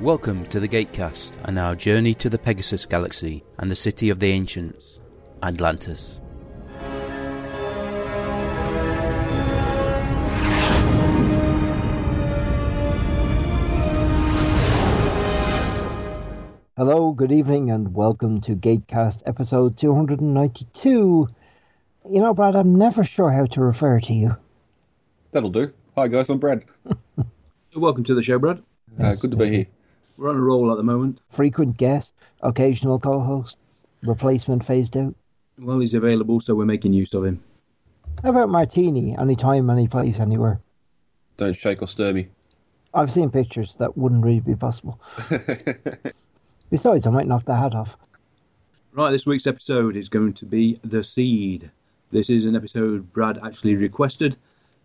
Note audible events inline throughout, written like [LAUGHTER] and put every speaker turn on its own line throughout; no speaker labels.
Welcome to the Gatecast and our journey to the Pegasus Galaxy and the city of the ancients, Atlantis.
Hello, good evening, and welcome to Gatecast episode 292. You know, Brad, I'm never sure how to refer to you.
That'll do. Hi guys, I'm Brad.
[LAUGHS] Welcome to the show, Brad.
Uh, good to be here.
We're on a roll at the moment.
Frequent guest, occasional co host, replacement phased out.
Well, he's available, so we're making use of him.
How about Martini? Anytime, any place, anywhere.
Don't shake or stir me. [LAUGHS]
I've seen pictures that wouldn't really be possible. Besides, I might knock the hat off.
Right, this week's episode is going to be The Seed. This is an episode Brad actually requested,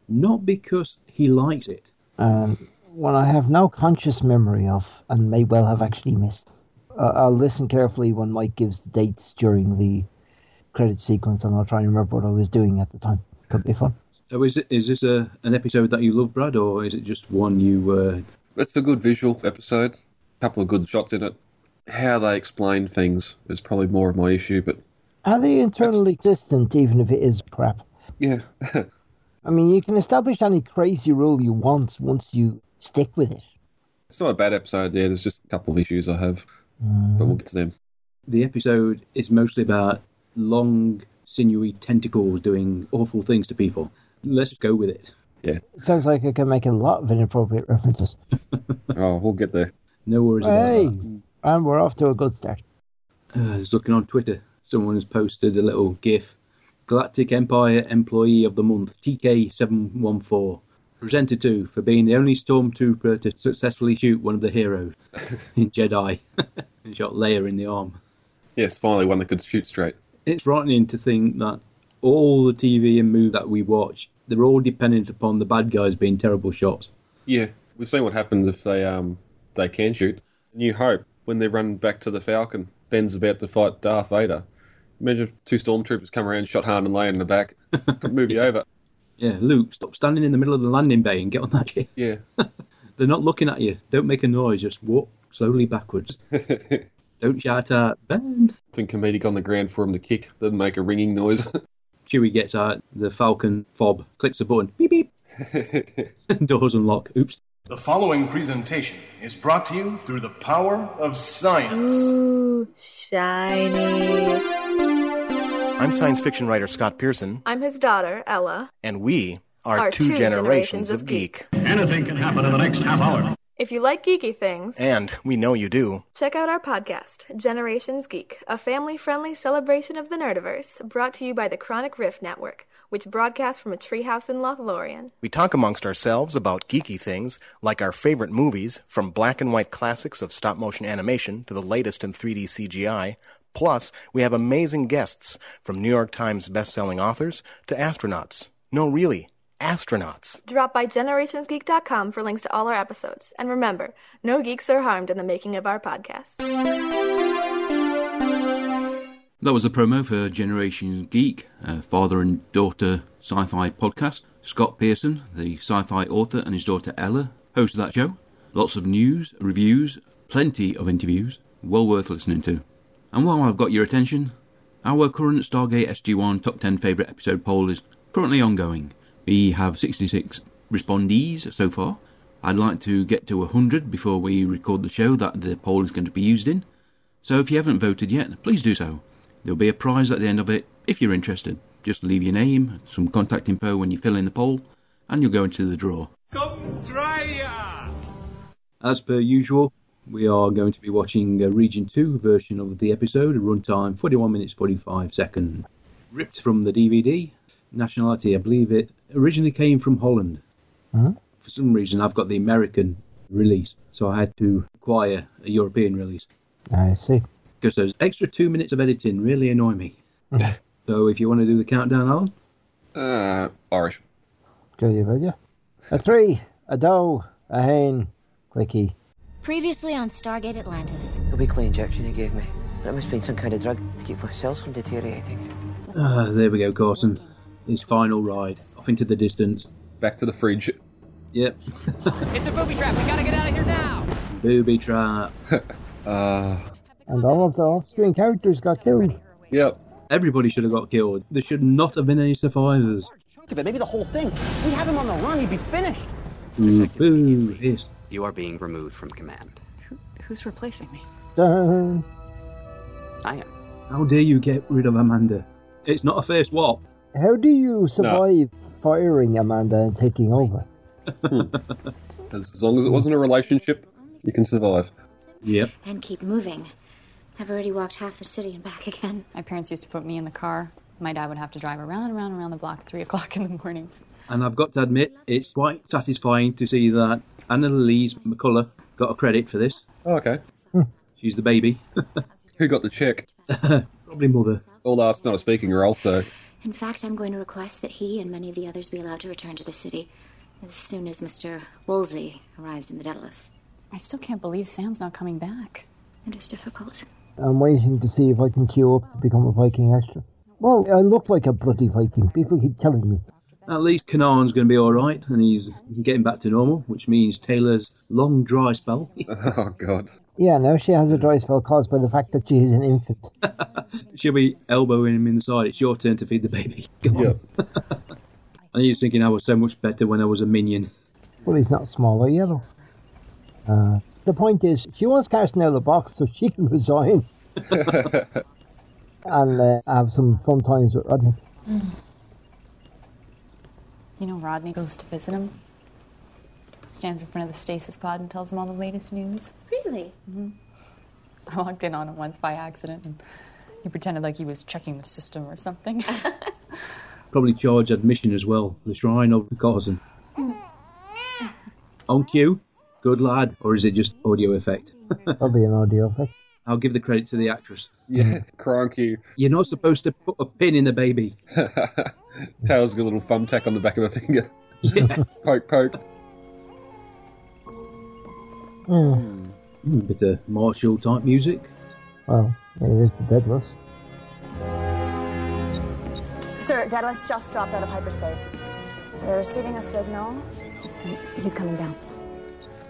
not because he likes it.
Um, one I have no conscious memory of and may well have actually missed. Uh, I'll listen carefully when Mike gives the dates during the credit sequence and I'll try and remember what I was doing at the time. Could be fun.
So, is, it, is this a, an episode that you love, Brad, or is it just one you. Uh...
It's a good visual episode. couple of good shots in it. How they explain things is probably more of my issue, but
Are they internally existent, even if it is crap?
yeah.
I mean, you can establish any crazy rule you want once you stick with it.
it's not a bad episode, yeah. There's just a couple of issues I have, but we'll get to them.
The episode is mostly about long, sinewy tentacles doing awful things to people. Let's just go with it. [LAUGHS]
It sounds like I can make a lot of inappropriate references.
Oh, we'll get there.
No worries
Hey,
about that.
and we're off to a good start.
Uh, I was looking on Twitter. Someone's posted a little GIF. Galactic Empire Employee of the Month, TK714. Presented to for being the only stormtrooper to successfully shoot one of
[LAUGHS]
the heroes in Jedi [LAUGHS] and shot Leia in the arm.
Yes, finally one that could shoot straight.
It's frightening to think that all the TV and movies that we watch, they're all dependent upon the bad guys being terrible shots.
Yeah, we've seen what happens if they um they can shoot. New Hope when they run back to the Falcon, Ben's about to fight Darth Vader. Imagine if two stormtroopers come around, shot Han and Leia in the
[LAUGHS]
back. Movie over.
Yeah, Luke, stop standing in the middle of the landing bay and get on that ship.
Yeah.
[LAUGHS] They're not looking at you. Don't make a noise. Just walk
[LAUGHS]
slowly backwards. Don't shout out, Ben.
Think comedic on the ground for him to kick, then make a ringing noise. [LAUGHS]
Chewie gets out the Falcon fob, clicks a button, beep beep,
[LAUGHS]
[LAUGHS] doors unlock. Oops.
The following presentation is brought to you through the power of science.
Ooh, shiny.
I'm science fiction writer Scott Pearson,
I'm his daughter, Ella.
and we are
Are
two,
two
generations
generations
of
of
geek.
Anything can happen in the next half hour.
If you like geeky things,
And we know you do.
check out our podcast, Generations Geek, a family friendly celebration of the Nerdiverse, brought to you by the Chronic Rift Network, which broadcasts from a treehouse in Lothlorien.
We talk amongst ourselves about geeky things like our favorite movies, from black and white classics of stop motion animation to the latest in 3D CGI. Plus, we have amazing guests from New York Times bestselling authors to astronauts. No, really, astronauts.
Drop by generationsgeek.com for links to all our episodes. And remember, no geeks are harmed in the making of our podcast.
That was a promo for Generation Geek, a father and daughter sci fi podcast. Scott Pearson, the sci fi author, and his daughter Ella hosted that show. Lots of news, reviews, plenty of interviews, well worth listening to. And while I've got your attention, our current Stargate SG1 Top 10 Favourite Episode poll is currently ongoing. We have 66 respondees so far. I'd like to get to 100 before we record the show that the poll is going to be used in. So if you haven't voted yet, please do so. There'll be a prize at the end of it if you're interested. Just leave your name, some contact info when you fill in the poll, and you'll go into the draw.
Come try ya!
As per usual, we are going to be watching a Region 2 version of the episode, runtime 41 minutes 45 seconds. Ripped from the DVD. Nationality, I believe it originally came from Holland. For some reason, I've got the American release, so I had to acquire a European release.
I see.
because those extra two minutes of editing really annoy me. so if you want to do the countdown, Alan,
uh, Irish.
Good, you will ya? A three, a doe, a hen, clicky.
Previously on Stargate Atlantis.
A weekly injection he gave me. It must have been some kind of drug to keep my cells from deteriorating.
ah, there we go, Carson. His final ride off into the distance.
Back to the fridge.
Yep.
[LAUGHS] It's a booby trap, we gotta get out of here now!
Booby trap.
[LAUGHS] uh,
And all of the off-screen characters got killed.
yep. Everybody should have got killed. There should not have been any survivors.
Look at it, maybe the whole thing. We have him on the run, he'd be finished.
Ooh, boo, hiss.
You are being removed from command.
Who's replacing me?
Dun.
I am.
How dare you get rid of Amanda? It's not a fair swap.
How do you survive firing Amanda and taking over?
Hmm. as, as long as it wasn't a relationship, you can survive.
Yep.
And keep moving. I've already walked half the city and back again.
My parents used to put me in the car. My dad would have to drive around and around and around the block at 3 [LAUGHS] o'clock in the morning.
And I've got to admit, it's quite satisfying to see that Annalise McCullough got a credit for this.
Oh, okay.
She's the baby. [LAUGHS]
Who got the check?
Probably mother.
Well, that's not a speaking role, so
In fact, I'm going to request that he and many of the others be allowed to return to the city as soon as Mr. Wolsey arrives in the Daedalus.
I still can't believe Sam's not coming back.
It is difficult.
I'm waiting to see if I can queue up to become a Viking extra. Well, I look like a bloody Viking. People keep telling me.
At least Canarn's going to be all right, and he's getting back to normal, which means Taylor's long dry spell.
[LAUGHS]
[LAUGHS]
oh God.
Yeah, now she has a dry spell caused by the fact that she is an infant.
She'll be elbowing him in the side. It's your turn to feed the baby. [LAUGHS] Come on. and he was thinking I was so much better when I was a minion.
Well, he's not small or yellow. Uh, the point is, she wants casting out of the box so she can [LAUGHS] resign and uh, have some fun times with Rodney.
Hmm. You know, Rodney goes to visit him, stands in front of the stasis pod and tells him all the latest news. Mm-hmm.
Really?
I walked in on him once by accident and he pretended like he was checking the system or
[LAUGHS]
something. [LAUGHS]
Probably charge admission as well. The Shrine of the Cosm.
Hmm.
On cue. Good lad. Or is it just audio effect?
Probably an eh? audio effect.
I'll give the credit to the actress.
[LAUGHS] Yeah, cronky.
You're not supposed to put a pin in the baby.
[LAUGHS] Tails got a little thumbtack on the back of her finger.
[LAUGHS] Yeah.
poke, poke.
Hmm.
Mm, bit of martial type music.
Well, it is the Deadless.
Sir, Daedalus just dropped out of hyperspace. We're receiving a signal. He's coming down.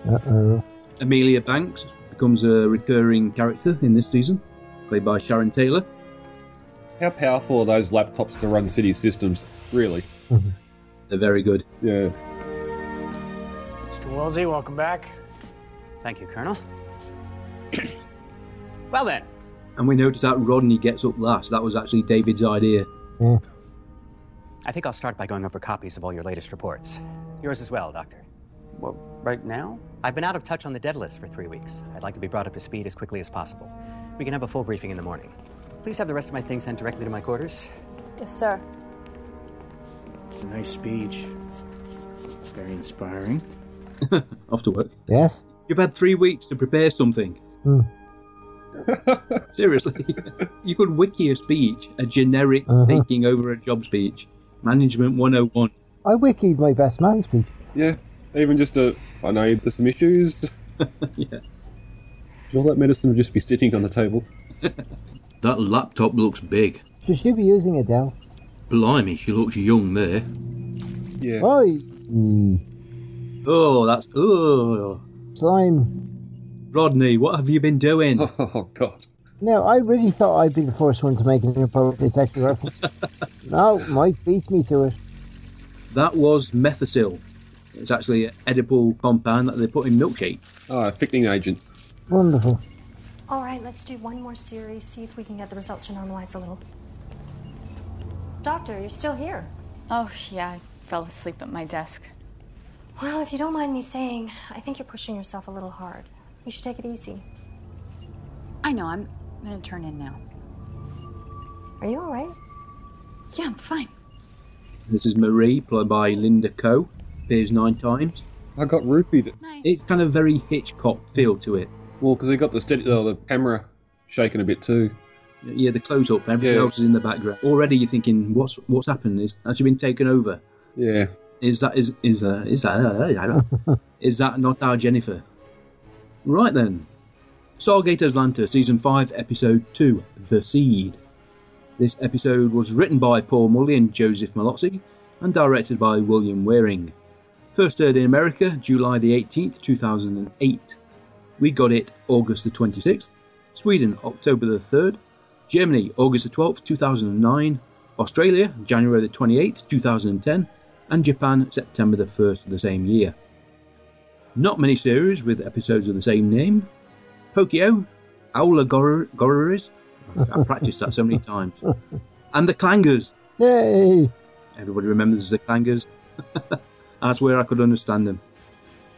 Uh oh.
Amelia Banks becomes a recurring character in this season, played by Sharon Taylor.
How powerful are those laptops to run city systems? Really?
Mm-hmm. They're very good.
Yeah.
Mr. Woolsey, welcome back.
Thank you, Colonel. well then,
And we notice that Rodney gets up last. That was actually David's idea.
I think I'll start by going over copies of all your latest reports. Yours as well, Doctor. Well, right now? I've been out of touch on the dead list for three weeks. I'd like to be brought up to speed as quickly as possible. We can have a full briefing in the morning. Please have the rest of my things sent directly to my quarters.
Yes, sir.
Nice speech. Very inspiring.
[LAUGHS] Off to work.
Yes?
You've had three weeks to prepare something.
Hmm.
[LAUGHS] Seriously. you could wiki a speech, a generic thinking over a job speech. Management 101.
I wikied my best man speech.
Yeah. Even just a, I know there's some issues.
[LAUGHS] yeah.
All that medicine would just be sitting on the table.
That laptop looks big.
Should she be using it, Dell?
Blimey, she looks young there.
Yeah.
Oi!
Oh, that's. Oh.
Slime.
Rodney, what have you been doing?
[LAUGHS] Oh, God.
No, I really thought I'd be the first one to make an inappropriate sexual reference. no, Mike beat me to it.
that was methosil. It's actually an edible compound that they put in milkshake.
Oh, a thickening agent.
Wonderful.
All right, let's do one more series, see if we can get the results to normalize a little. Doctor, you're still here.
oh, yeah, I fell asleep at my desk.
Well, if you don't mind me saying, I think you're pushing yourself a little hard. You should take it easy.
I know, I'm gonna turn in now.
Are you all right?
Yeah, I'm fine.
This is Marie, played by Linda Coe. Appears nine times.
I got roofied.
It's kind of very Hitchcock feel to it.
Well, because he got the, steady, uh, the camera shaking a bit too.
Yeah, the close up, everything
Yeah.
else is in the background. Already, you're thinking, what's what's happened? Is has she been taken over?
Yeah.
Is that is is uh, is that
[LAUGHS]
uh, is that not our Jennifer? Right then, Stargate Atlanta, season five, episode two, the seed. This episode was written by Paul Mully and Joseph Malozzi, and directed by William Waring. First aired in America, July the eighteenth, two thousand and eight. We got it August the 26th, Sweden October the 3rd, Germany August the 12th, 2009, Australia January the 28th, 2010, and Japan September the 1st of the same year. Not many series with episodes of the same name. Tokyo, Aula Goror- Gororis, I've practiced that so many times, and the Clangers.
Yay!
Everybody remembers the Clangers. [LAUGHS] That's where I could understand them.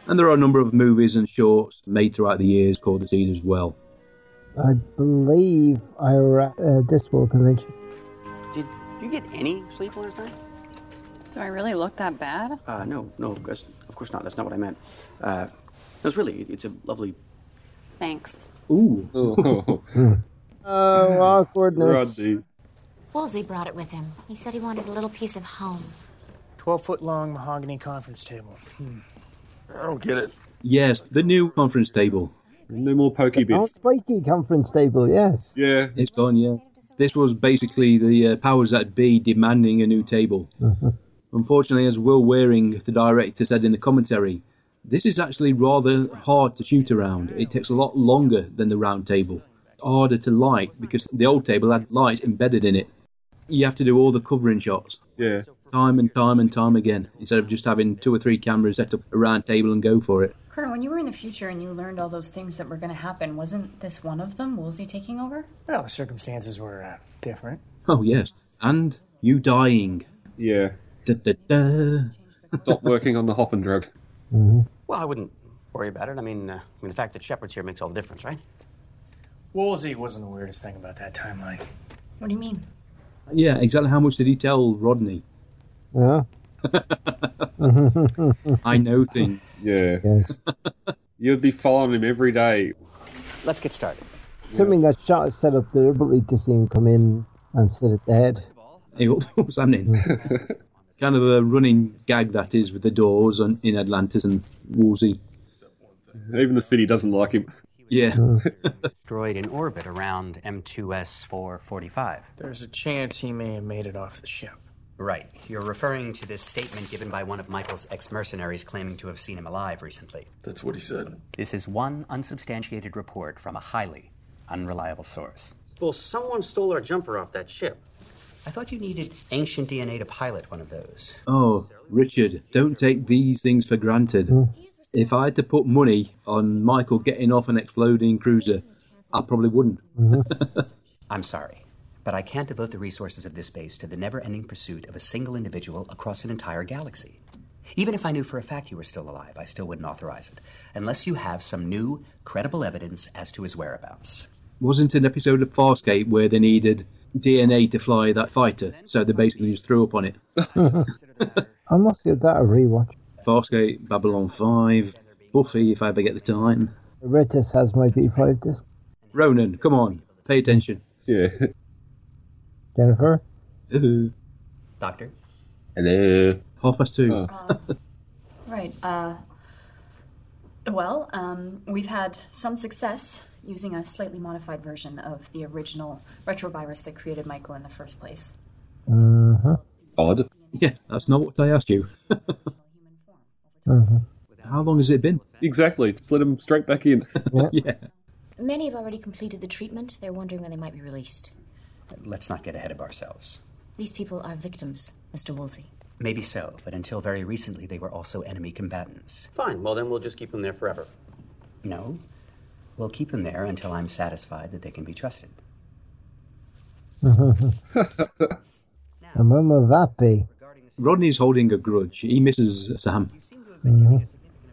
And there are a number of movies and shorts made throughout the years called the seed as well.
I believe I uh, were at a Discworld convention.
Did you get any sleep last night?
Do I really look that bad?
Uh, no, no, of course, of course not. That's not what I meant. Uh, no, it's really, it's a lovely.
Thanks.
Ooh.
Oh, awkwardness.
Rodney.
Woolsey brought it with him. He said he wanted a little piece of home.
12 foot long mahogany conference table. Hmm.
I don't get it. Yes, the new conference table.
No more pokey
Oh, spiky conference table, yes.
Yeah.
It's gone, yeah. This was basically the uh, powers that be demanding a new table.
Mm-hmm.
Unfortunately, as Will Waring, the director, said in the commentary, this is actually rather hard to shoot around. It takes a lot longer than the round table. It's harder to light because the old table had lights embedded in it. You have to do all the covering shots
Yeah.
time and time and time again instead of just having two or three cameras set up a round table and go for it.
Colonel, when you were in the future and you learned all those things that were going to happen, wasn't this one of them? Woolsey taking over?
Well, the circumstances were uh, different.
Oh, yes. And you dying.
Yeah.
Da, da, da.
Stop working on the hop and drip.
Well, I wouldn't worry about it. I mean, uh, I mean, the fact that Shepard's here makes all the difference, right?
Woolsey wasn't the weirdest thing about that timeline.
What do you mean?
Yeah, exactly how much did he tell Rodney?
Yeah.
[LAUGHS] I know things.
Yeah. [LAUGHS] You'd be following him every day. Let's get started.
Something that shot is set up deliberately to see him come in and sit at the head.
Hey, what- what's happening? kind of a running gag that is with the doors on, in Atlantis and Woolsey.
Even the city doesn't like him.
Yeah.
Destroyed in orbit around M2S 445.
There's a chance he may have made it off the ship.
Right. You're referring to this statement given by one of Michael's ex mercenaries claiming to have seen him alive recently.
That's what he said.
This is one unsubstantiated report from a highly unreliable source.
Well, someone stole our jumper off that ship.
I thought you needed ancient DNA to pilot one of those.
Oh, Richard, don't take these things for granted. If I had to put money on Michael getting off an exploding cruiser, I probably wouldn't.
I'm sorry, but I can't devote the resources of this base to the never ending pursuit of a single individual across an entire galaxy. Even if I knew for a fact you were still alive, I still wouldn't authorize it, unless you have some new, credible evidence as to his whereabouts.
[LAUGHS] Wasn't an episode of Farscape where they needed DNA to fly that fighter, so they basically just threw up on it.
I must give that a rewatch.
Farscape, Babylon 5, Buffy, if I ever get the time.
The red disc has my B5 disc.
Ronan, come on, pay attention. [LAUGHS]
Yeah.
Jennifer?
Doctor?
Hello.
Half past two.
Right. Uh, well, um, we've had some success using a slightly modified version of the original retrovirus that created Michael in the first place.
Uh-huh.
[LAUGHS] Odd.
Yeah, that's not what I asked you. [LAUGHS] How long has it been?
Exactly. Just let him straight back in.
[LAUGHS] yeah.
Many have already completed the treatment. They're wondering when they might be released.
Let's not get ahead of ourselves.
These people are victims, Mr. Woolsey.
Maybe so, but until very recently they were also enemy combatants.
Fine, well, then we'll just keep him there forever.
No, we'll keep them there until I'm satisfied that they can be trusted.
and when will that be?
Rodney's holding a grudge. He misses Sam.
Mm-hmm.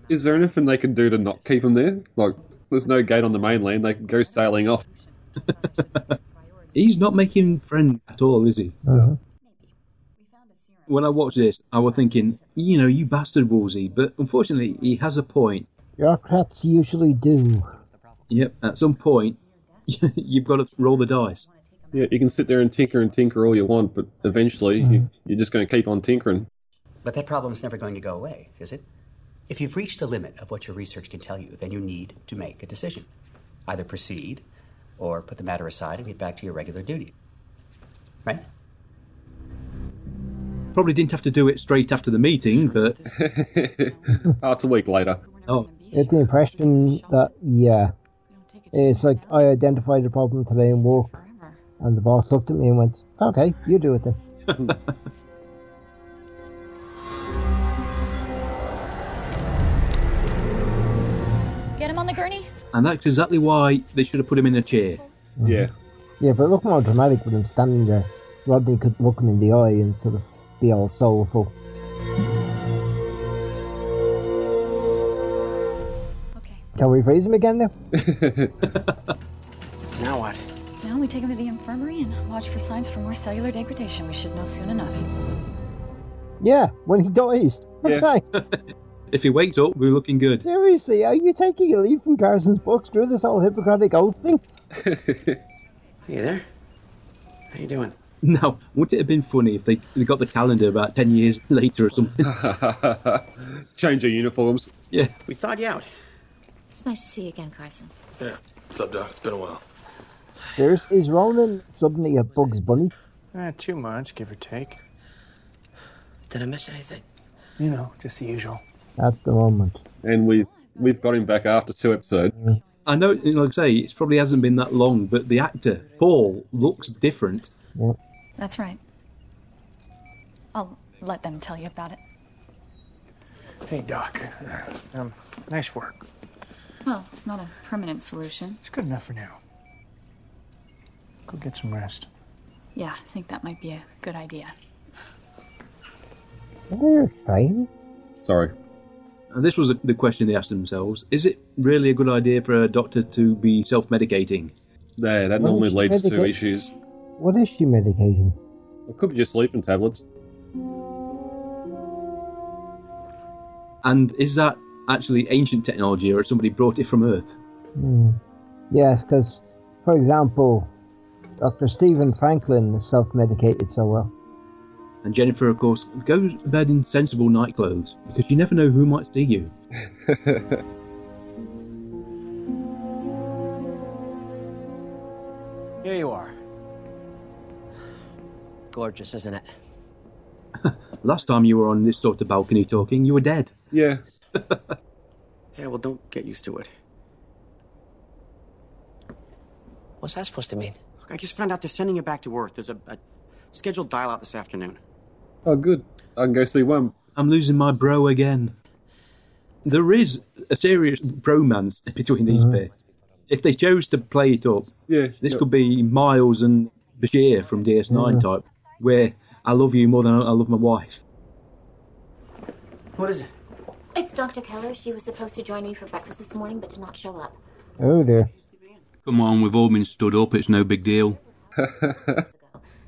Is there anything they can do to not keep him there? Like, there's no gate on the mainland. They can go sailing off.
[LAUGHS] He's not making [LAUGHS] friends at all, is he?
Mm-hmm.
When I watched this, I was thinking, you know, you bastard Woolsey, but unfortunately, he has a point.
Bureaucrats usually do.
Yep, at some point, you've got to roll the dice.
Yeah, you can sit there and tinker and tinker all you want, but eventually
Mm-hmm.
you, you're just going to keep on tinkering.
But that problem's never going to go away, is it? If you've reached the limit of what your research can tell you, then you need to make a decision. Either proceed or put the matter aside and get back to your regular duty. Right?
[LAUGHS]
Probably didn't have to do it straight after the meeting, but
oh, it's a week later.
Oh,
It's the impression that yeah, it's like I identified the problem today in work, and the boss looked at me and went, "Okay, you do it then."
Get him on the gurney.
And that's exactly why they should have put him in a chair.
Yeah.
Yeah, but it looked more dramatic with him standing there. Rodney could look him in the eye and sort of be all soulful. Can we raise him again now?
Now what?
Now we take him to the infirmary and watch for signs for more cellular degradation. We should know soon enough.
Yeah, when he dies. [LAUGHS] Okay.
if he wakes up, we're looking good.
Seriously, are you taking a leaf from Carson's books through this whole Hippocratic oath thing?
[LAUGHS]
You there? How
[LAUGHS]
you doing?
No, wouldn't it have been funny if they, they got the calendar about 10 years [LAUGHS] later or something?
[LAUGHS] Change your uniforms.
Yeah.
We thawed you out.
It's nice to see you again, Carson.
Yeah. What's up, Doc? It's been a while.
Serious? Is Ronan suddenly a Bugs Bunny?
Eh, two months, give or take.
Did I miss anything?
You know, just the usual.
At the moment.
And we we've got him back after two episodes.
I know, you know, like I say, it probably hasn't been that long, but the actor, Paul, looks different.
That's right. I'll let them tell you about it.
Hey, Doc. Um, nice work.
Well, it's not a permanent solution.
It's good enough for now. Go get some rest.
Yeah, I think that might be a good idea.
Fine.
Sorry.
And this was the question they asked themselves Is it really a good idea for a doctor to be self medicating?
Yeah, that normally
Well,
leads to
medicate-
issues.
What is she medicating?
It could be just sleeping tablets.
And is that actually ancient technology or has somebody brought it from Earth?
Hmm. Yes, because, for example, Dr. Stephen Franklin self medicated so well.
And Jennifer, of course, goes to bed in sensible night clothes because you never know who might see you.
Here you are. Gorgeous, isn't it?
Last time you were on this sort of balcony talking, you were dead.
Yeah.
Yeah, well, don't get used to it. What's that supposed to mean?
Look, I just found out they're sending you back to Earth. There's a, a scheduled dial out this afternoon.
Oh, good. I can go see one.
I'm losing my bro again. There is a serious bromance between these pair. If they chose to play it up,
Uh-huh. yeah,
this could be Miles and Bashir from DS9
Yeah.
type, where I love you more than I I love my wife.
What is it?
It's Dr. Keller. She was supposed to join me for breakfast this morning, but did not show up.
Oh dear.
Come on, we've all been stood up. It's no big
[LAUGHS]
deal.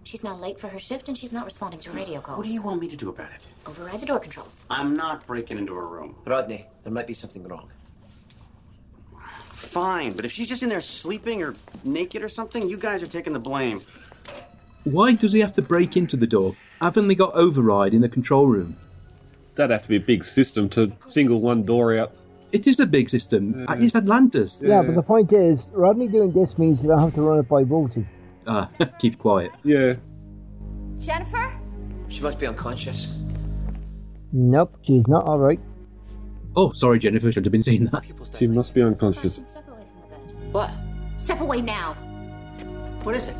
She's now late for her shift, and she's not responding to radio calls.
What do you want me to do about it?
Override the door controls.
I'm not breaking into her room.
Rodney, there might be something wrong.
Fine, but if she's just in there sleeping or naked or something, you guys are taking the blame.
Why does he have to break into the door? Haven't they got override in the control room?
That'd have to be a big system to single one door out.
It is a big system. Uh, It's Atlantis.
Yeah, but the point is, Rodney doing this means that I have to run it by Wolsey.
Ah, [LAUGHS] keep quiet.
Yeah.
Jennifer?
She must be unconscious.
Nope, she's not alright.
Oh, sorry, Jennifer, should have been seeing that.
She must be unconscious.
What?
Step away now.
What is it?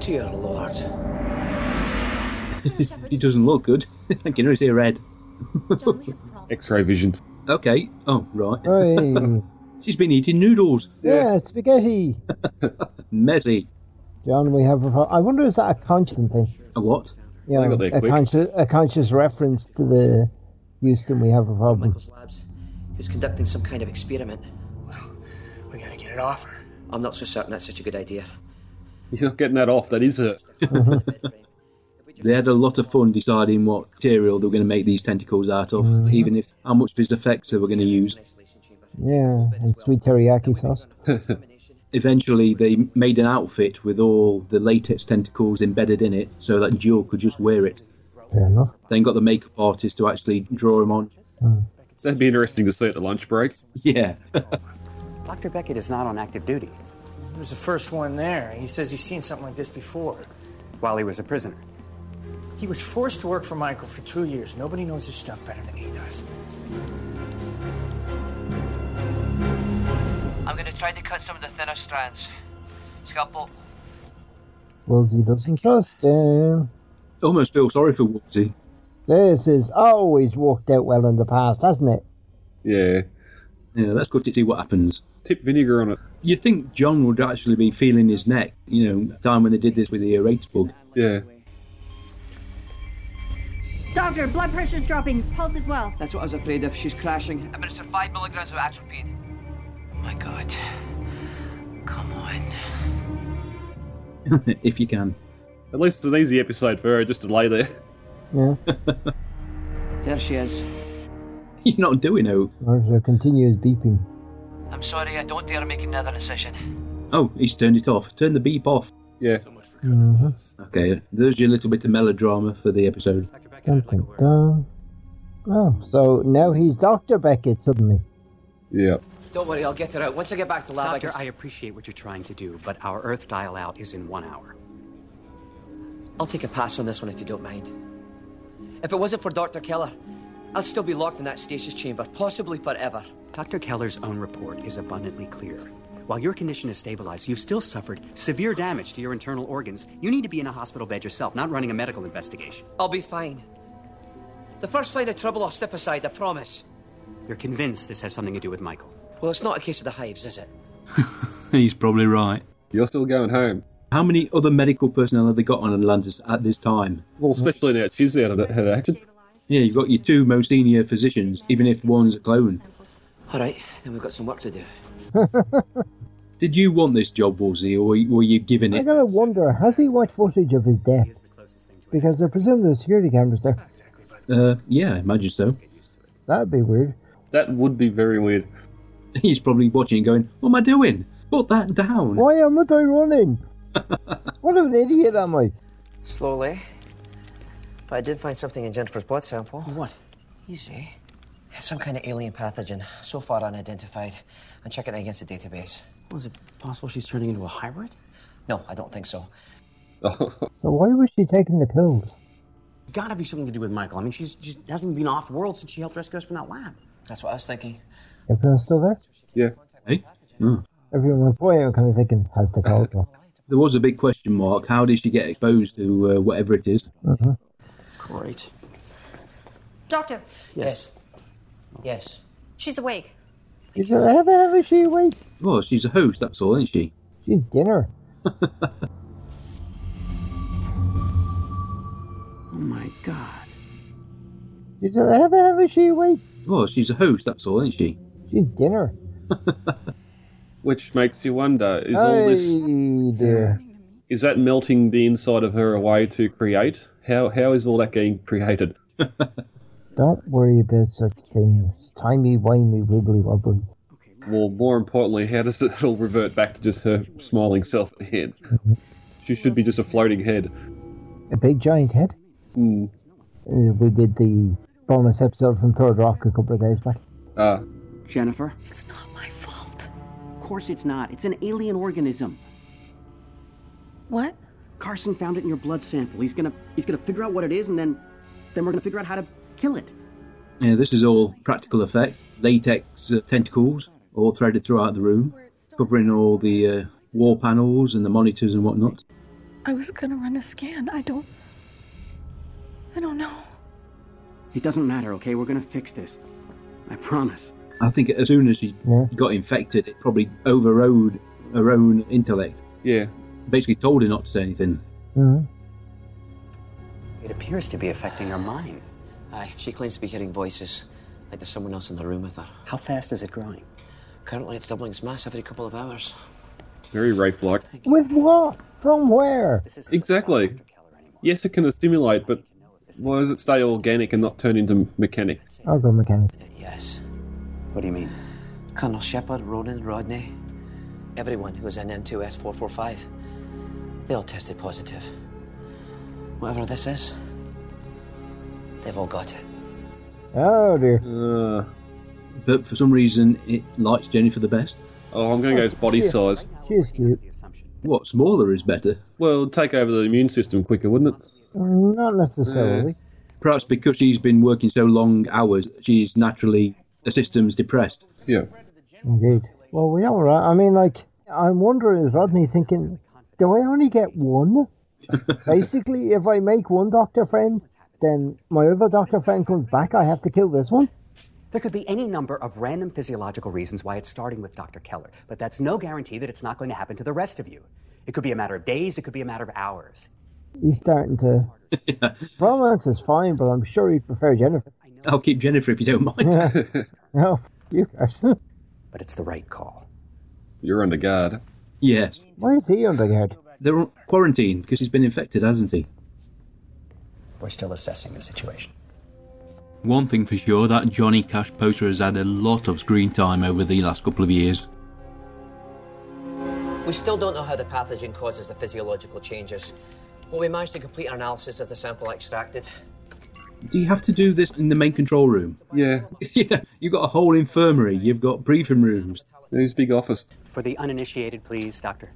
Dear Lord.
he doesn't look good. [LAUGHS] I can only see red. [LAUGHS]
X ray vision.
Okay. Oh, right.
Right.
[LAUGHS] She's been eating noodles.
Yeah, spaghetti.
[LAUGHS] Messy.
John, we have a pro- I wonder is that a conscious thing?
A what?
Yeah,
I got there
a,
quick.
conscious, a conscious reference to the Houston, we have a problem.
Labs. He was conducting some kind of experiment. Well, we gotta get it off her. I'm not so certain that's such a good idea.
You're not getting that off. That is her.
They had a lot of fun deciding what material they were going to make these tentacles out of,
Mm-hmm.
even if how much of his effects they were going to use.
Yeah, and sweet teriyaki sauce. [LAUGHS]
Eventually, they made an outfit with all the latex tentacles embedded in it so that Jewel could just wear it.
Fair enough. Uh,
Then got the makeup artist to actually draw him on.
That'd be interesting to see at the lunch break.
Yeah.
Dr. Beckett is not on active duty
He was the first one there. He says he's seen something like this before.
while he was a prisoner.
He was forced to work for Michael for two years. Nobody knows his stuff better than he does.
I'm gonna try to cut some of the thinner strands. Scalpel.
Woolsey doesn't trust him.
Almost feel sorry for Woolsey.
This has always worked out well in the past, hasn't it?
Yeah. Yeah, let's go to see what happens. Tip vinegar on it. You'd think John would actually be feeling his neck, you know, time when they did this with the rates bug. Yeah.
Doctor, blood pressure's dropping. Pulse as well.
That's what I was afraid of. She's crashing. Administer five milligrams of atropine. Oh my god. Come on.
[LAUGHS] if you can.
At least it's an easy episode for her just to lay there.
Yeah.
There she is.
[LAUGHS] You're not doing out.
Marcia continues beeping.
I'm sorry, I don't dare make another incision.
Oh, he's turned it off. Turn the beep off.
Yeah.
Okay, there's your little bit of melodrama for the episode.
Dun, dun, dun. Oh, so now he's Dr. Beckett suddenly.
Yeah.
Don't worry, I'll get her out. Once I get back to lab, I
Doctor,
can.
I appreciate what you're trying to do, but our Earth dial out is in one hour.
I'll take a pass on this one if you don't mind. If it wasn't for Dr. Keller, I'd still be locked in that stasis chamber, possibly forever.
Dr. Keller's own report is abundantly clear. While your condition is stabilized, you've still suffered severe damage to your internal organs. You need to be in a hospital bed yourself, not running a medical investigation.
I'll be fine. The first sign of trouble, I'll step aside, I promise.
You're convinced this has something to do with Michael.
Well, it's not a case of the hives, is it?
[LAUGHS] He's probably right.
You're still going home.
How many other medical personnel have they got on Atlantis at this time?
Well, especially now she's out of that head action.
Yeah, you've got your two most senior physicians, even if one's a clone.
All right, then we've got some work to do.
Did you want this job, Woolsey, or were you given
I
it?
gotta wonder, has he watched footage of his death? Because I presume there's security cameras there.
Uh, yeah, I imagine so.
That'd be weird.
That would be very weird.
[LAUGHS] He's probably watching and going, What am I doing? Put that down.
Why am I running? what an idiot am I?
Slowly. But I did find something in Jennifer's blood sample. What? Easy. Some kind of alien pathogen, so far unidentified. I'm checking it against the database.
Was it possible she's turning into a hybrid?
No, I don't think so.
So why was she taking the pills?
[LAUGHS] Gotta be something to do with Michael. I mean, she's she hasn't been off world since she helped rescue us from that lab.
That's what I was thinking.
Everyone's still there?
Yeah.
Hey?
Everyone went, boy, I'm kind of thinking, has
[LAUGHS]
the call gone?
There was a big question mark. How did she get exposed to uh, whatever it is?
Mhm.
Great.
Doctor,
Yes. Yes.
she's awake.
Is there ever, ever she awake?
Well, she's a host, that's all, isn't she?
She's dinner.
Oh my god.
Is there ever, ever she awake?
Well, she's uh, a host, that's all, isn't she?
She's dinner.
Which makes you wonder is all this.
Hey, dear.
Is that melting the inside of her away to create? How How is all that getting created?
Don't worry about such things. Timey, wimey, wibbly wobbly.
Well, more importantly, how does it all revert back to just her smiling self at the end? She should be just a floating head.
A big giant head.
Hmm.
Uh, we did the bonus episode from Third Rock a couple of days back.
Ah,
Jennifer? It's not my fault. Of course it's not. It's an alien organism.
What?
Carson found it in your blood sample. He's gonna he's gonna figure out what it is and then then we're gonna figure out how to kill it.
Yeah, this is all practical effects. Latex uh, tentacles, all threaded throughout the room, covering all the uh, wall panels and the monitors and whatnot.
I was gonna run a scan. I don't. I don't know.
It doesn't matter, okay? We're gonna fix this. I promise.
I think as soon as she got infected, it probably overrode her own intellect.
Yeah.
Basically told her not to say anything.
Mm-hmm.
It appears to be affecting her mind.
Aye, she claims to be hearing voices, like there's someone else in the room with her.
How fast is it growing?
Currently, it's doubling its mass every couple of hours.
very rape like.
With what? From where?
Exactly. Yes, it can stimulate, but why does it stay organic and not turn into mechanic?
I'll go mechanic.
Yes.
What do you mean?
Colonel Shepard, Ronan, Rodney, everyone who was in M2S445, they all tested positive. Whatever this is, they've all got it.
Oh dear.
Uh,
but for some reason, it likes Jennifer the best.
Oh, I'm going to go to body
Yeah.
size.
She is cute.
What, smaller is better?
Well, it'd take over the immune system quicker, wouldn't it?
Not necessarily.
Uh, Perhaps because she's been working so long hours, she's naturally the system's depressed.
[LAUGHS]
Yeah.
Indeed. Well, we are. right. I mean, like, I'm wondering, is Rodney thinking, do I only get one? Basically, if I make one doctor friend, then my other doctor friend comes back. I have to kill this one.
There could be any number of random physiological reasons why it's starting with Dr. Keller, but that's no guarantee that it's not going to happen to the rest of you. It could be a matter of days, it could be a matter of hours.
He's starting to. Romance is fine, but I'm sure he'd prefer Jennifer. [LAUGHS]
I'll keep Jennifer if you don't mind.
no, you guys. [LAUGHS]
But it's the right call.
You're under guard.
yes.
Why is he under guard?
They're on quarantine because he's been infected, hasn't he?
We're still assessing the situation.
One thing for sure, that Johnny Cash poster has had a lot of screen time over the last couple of years.
We still don't know how the pathogen causes the physiological changes, but we managed to complete our analysis of the sample extracted.
Do you have to do this in the main control room?
Yeah.
[LAUGHS] yeah. You've got a whole infirmary, you've got briefing rooms.
Who's big office?
For the uninitiated, please, Doctor.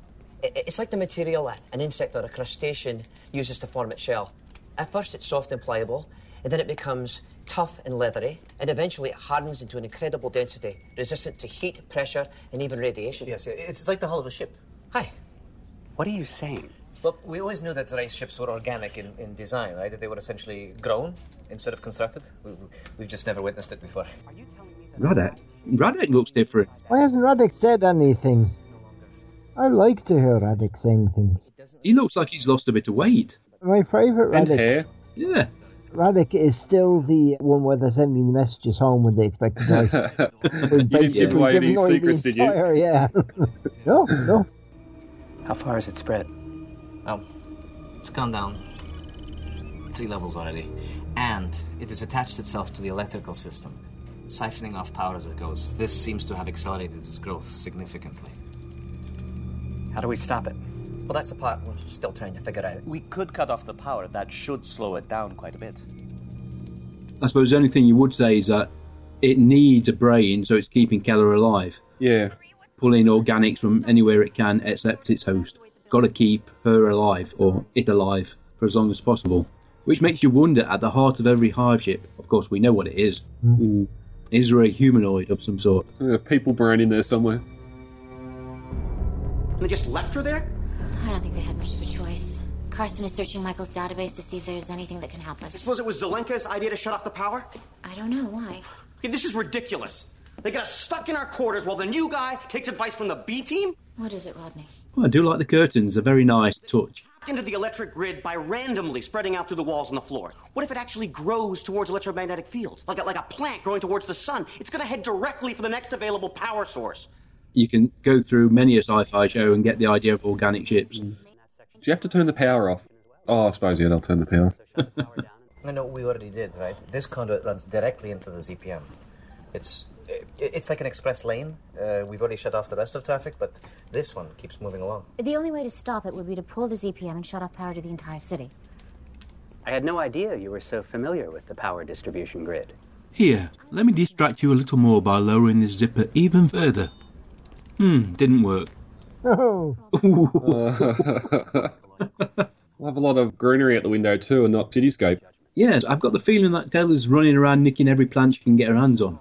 I- It's like the material an insect or a crustacean uses to form its shell. At first, it's soft and pliable, and then it becomes tough and leathery, and eventually it hardens into an incredible density, resistant to heat, pressure, and even radiation. Yes, it's like the hull of a ship. Hi.
What are you saying?
Well, we always knew that rice ships were organic in, in design, right? That they were essentially grown instead of constructed. We, we- we've just never witnessed it before.
Radek? Radek looks different.
Why hasn't Radek said anything? I like to hear Radek saying things.
He looks like he's lost a bit of weight.
My favourite
And
Radek,
hair. Yeah.
Radek is still the one where they're sending the messages home when they expect to die.
[LAUGHS] you didn't give away any secrets, did [LAUGHS] you?
Yeah. [LAUGHS] no, no.
How far has it spread?
Um, it's gone down three levels already, and it has attached itself to the electrical system, siphoning off power as it goes. This seems to have accelerated its growth significantly.
How do we stop it?
Well, that's the part we're still trying to figure out.
We could cut off the power. That should slow it down quite a bit.
I suppose the only thing you would say is that it needs a brain, so it's keeping Keller alive.
Yeah.
Pulling organics from anywhere it can except its host. Got to keep her alive, or it alive, for as long as possible. Which makes you wonder at the heart of every hive ship, of course, we know what it is. Is there a humanoid of some sort?
Uh, Hmm. people brain in there somewhere.
And they just left her there?
I don't think they had much of a choice. Carson is searching Michael's database to see if there's anything that can help
I
us.
suppose it was Zelenka's idea to shut off the power?
I don't know why.
Okay, this is ridiculous. They got us stuck in our quarters while the new guy takes advice from the B team?
What is it, Rodney?
Oh, I do like the curtains, a very nice touch.
Tapped Into the electric grid by randomly spreading out through the walls and the floors. What if it actually grows towards electromagnetic fields? Like a, like a plant growing towards the sun. It's gonna head directly for the next available power source.
You can go through many a sci fi show and get the idea of organic ships.
Do you have to turn the power off? Oh, I suppose, yeah, they'll turn the power off.
No, no, we already did, right? This conduit runs directly into the ZPM. It's it, it's like an express lane. Uh, we've already shut off the rest of traffic, but this one keeps moving along.
The only way to stop it would be to pull the ZPM and shut off power to the entire city.
I had no idea you were so familiar with the power distribution grid.
Here, let me distract you a little more by lowering this zipper even further. Hmm, didn't work.
Oh.
[LAUGHS] Uh, we'll have a lot of greenery at the window, too, and not cityscape.
[LAUGHS] Yes, I've got the feeling that Taylor's running around nicking every plant she can get her
[LAUGHS]
hands on.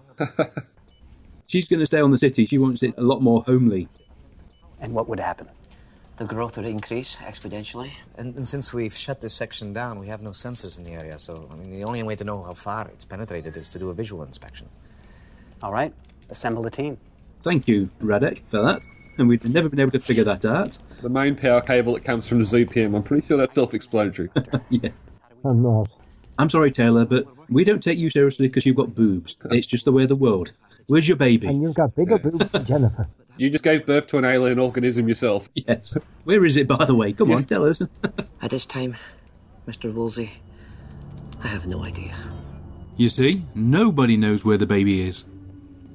She's going to stay on the city. She wants it a lot more homely.
And what would happen?
The growth would increase exponentially.
And, and since we've shut this section down, we have no sensors in the area. So I mean, the only way to know how far it's penetrated is to do a visual inspection.
All right, assemble the team.
Thank you, Radek, for that. And we've never been able to figure that out.
The main power cable that comes from the ZPM, I'm pretty sure that's self explanatory.
[LAUGHS] yeah.
I'm not.
I'm sorry, Taylor, but we don't take you seriously because you've got
[LAUGHS]
boobs. It's just the way of the world. Where's your baby?
And you've got bigger boobs than Jennifer.
You just gave birth to an alien organism yourself.
Yes. Where is it, by the way? Come on, tell us.
[LAUGHS] At this time, Mr. Woolsey, I have no idea.
You see, nobody knows where the baby is.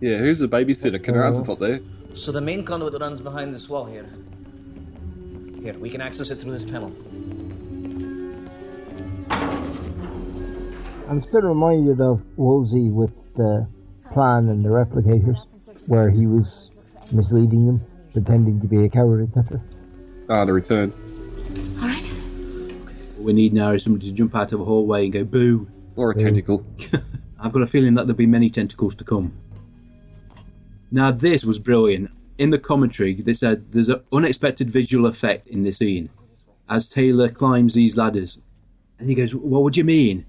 Yeah, who's the babysitter? Canard's not there.
So the main conduit runs behind this wall here. Here, we can access it through this panel.
I'm still reminded of Woolsey with the plan and the replicators, where he was misleading them, pretending to be a coward, etc.
Ah, the return.
All right.
What we need now is somebody to jump out of a hallway and go boo.
Or a tentacle.
[LAUGHS] I've got a feeling that there'll be many tentacles to come. Now, this was brilliant. In the commentary, they said there's an unexpected visual effect in this scene as Taylor climbs these ladders. And he goes, What would you mean?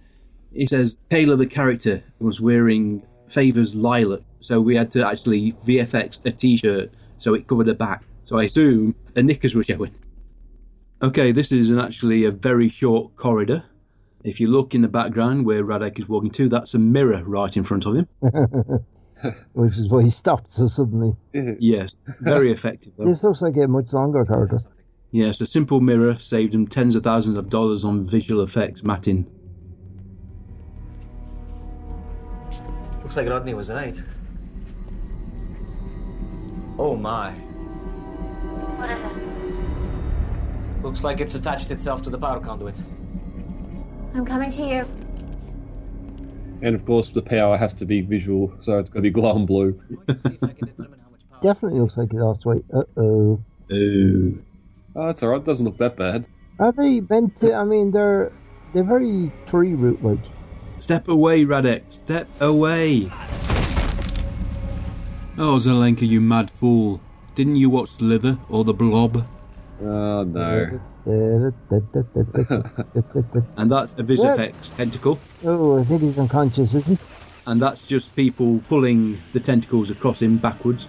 He says, Taylor, the character, was wearing Favors lilac, so we had to actually VFX a t shirt so it covered her back. So I assume the knickers were showing. Okay, this is an, actually a very short corridor. If you look in the background where Radek is walking to, that's a mirror right in front of him.
[LAUGHS] Which is why he stopped so suddenly.
yes, very effective. Though.
This looks like a much longer corridor.
Yes, a simple mirror saved him tens of thousands of dollars on visual effects matting.
Looks like Rodney was right. Oh my.
What is it?
Looks like it's attached itself to the power conduit.
I'm coming to you.
And of course, the power has to be visual, so it's got to be glow and blue.
Definitely looks like it lost weight. Uh oh.
Ooh.
Oh, that's alright, doesn't look that bad.
Are they meant to? I mean, they're they're very tree root like.
Step away, Radek. Step away.
Oh, Zelenka, you mad fool. Didn't you watch Slither or The Blob?
Oh, no.
And that's a
What?
Visifex tentacle.
oh, I think he's unconscious, is he?
And that's just people pulling the tentacles across him backwards.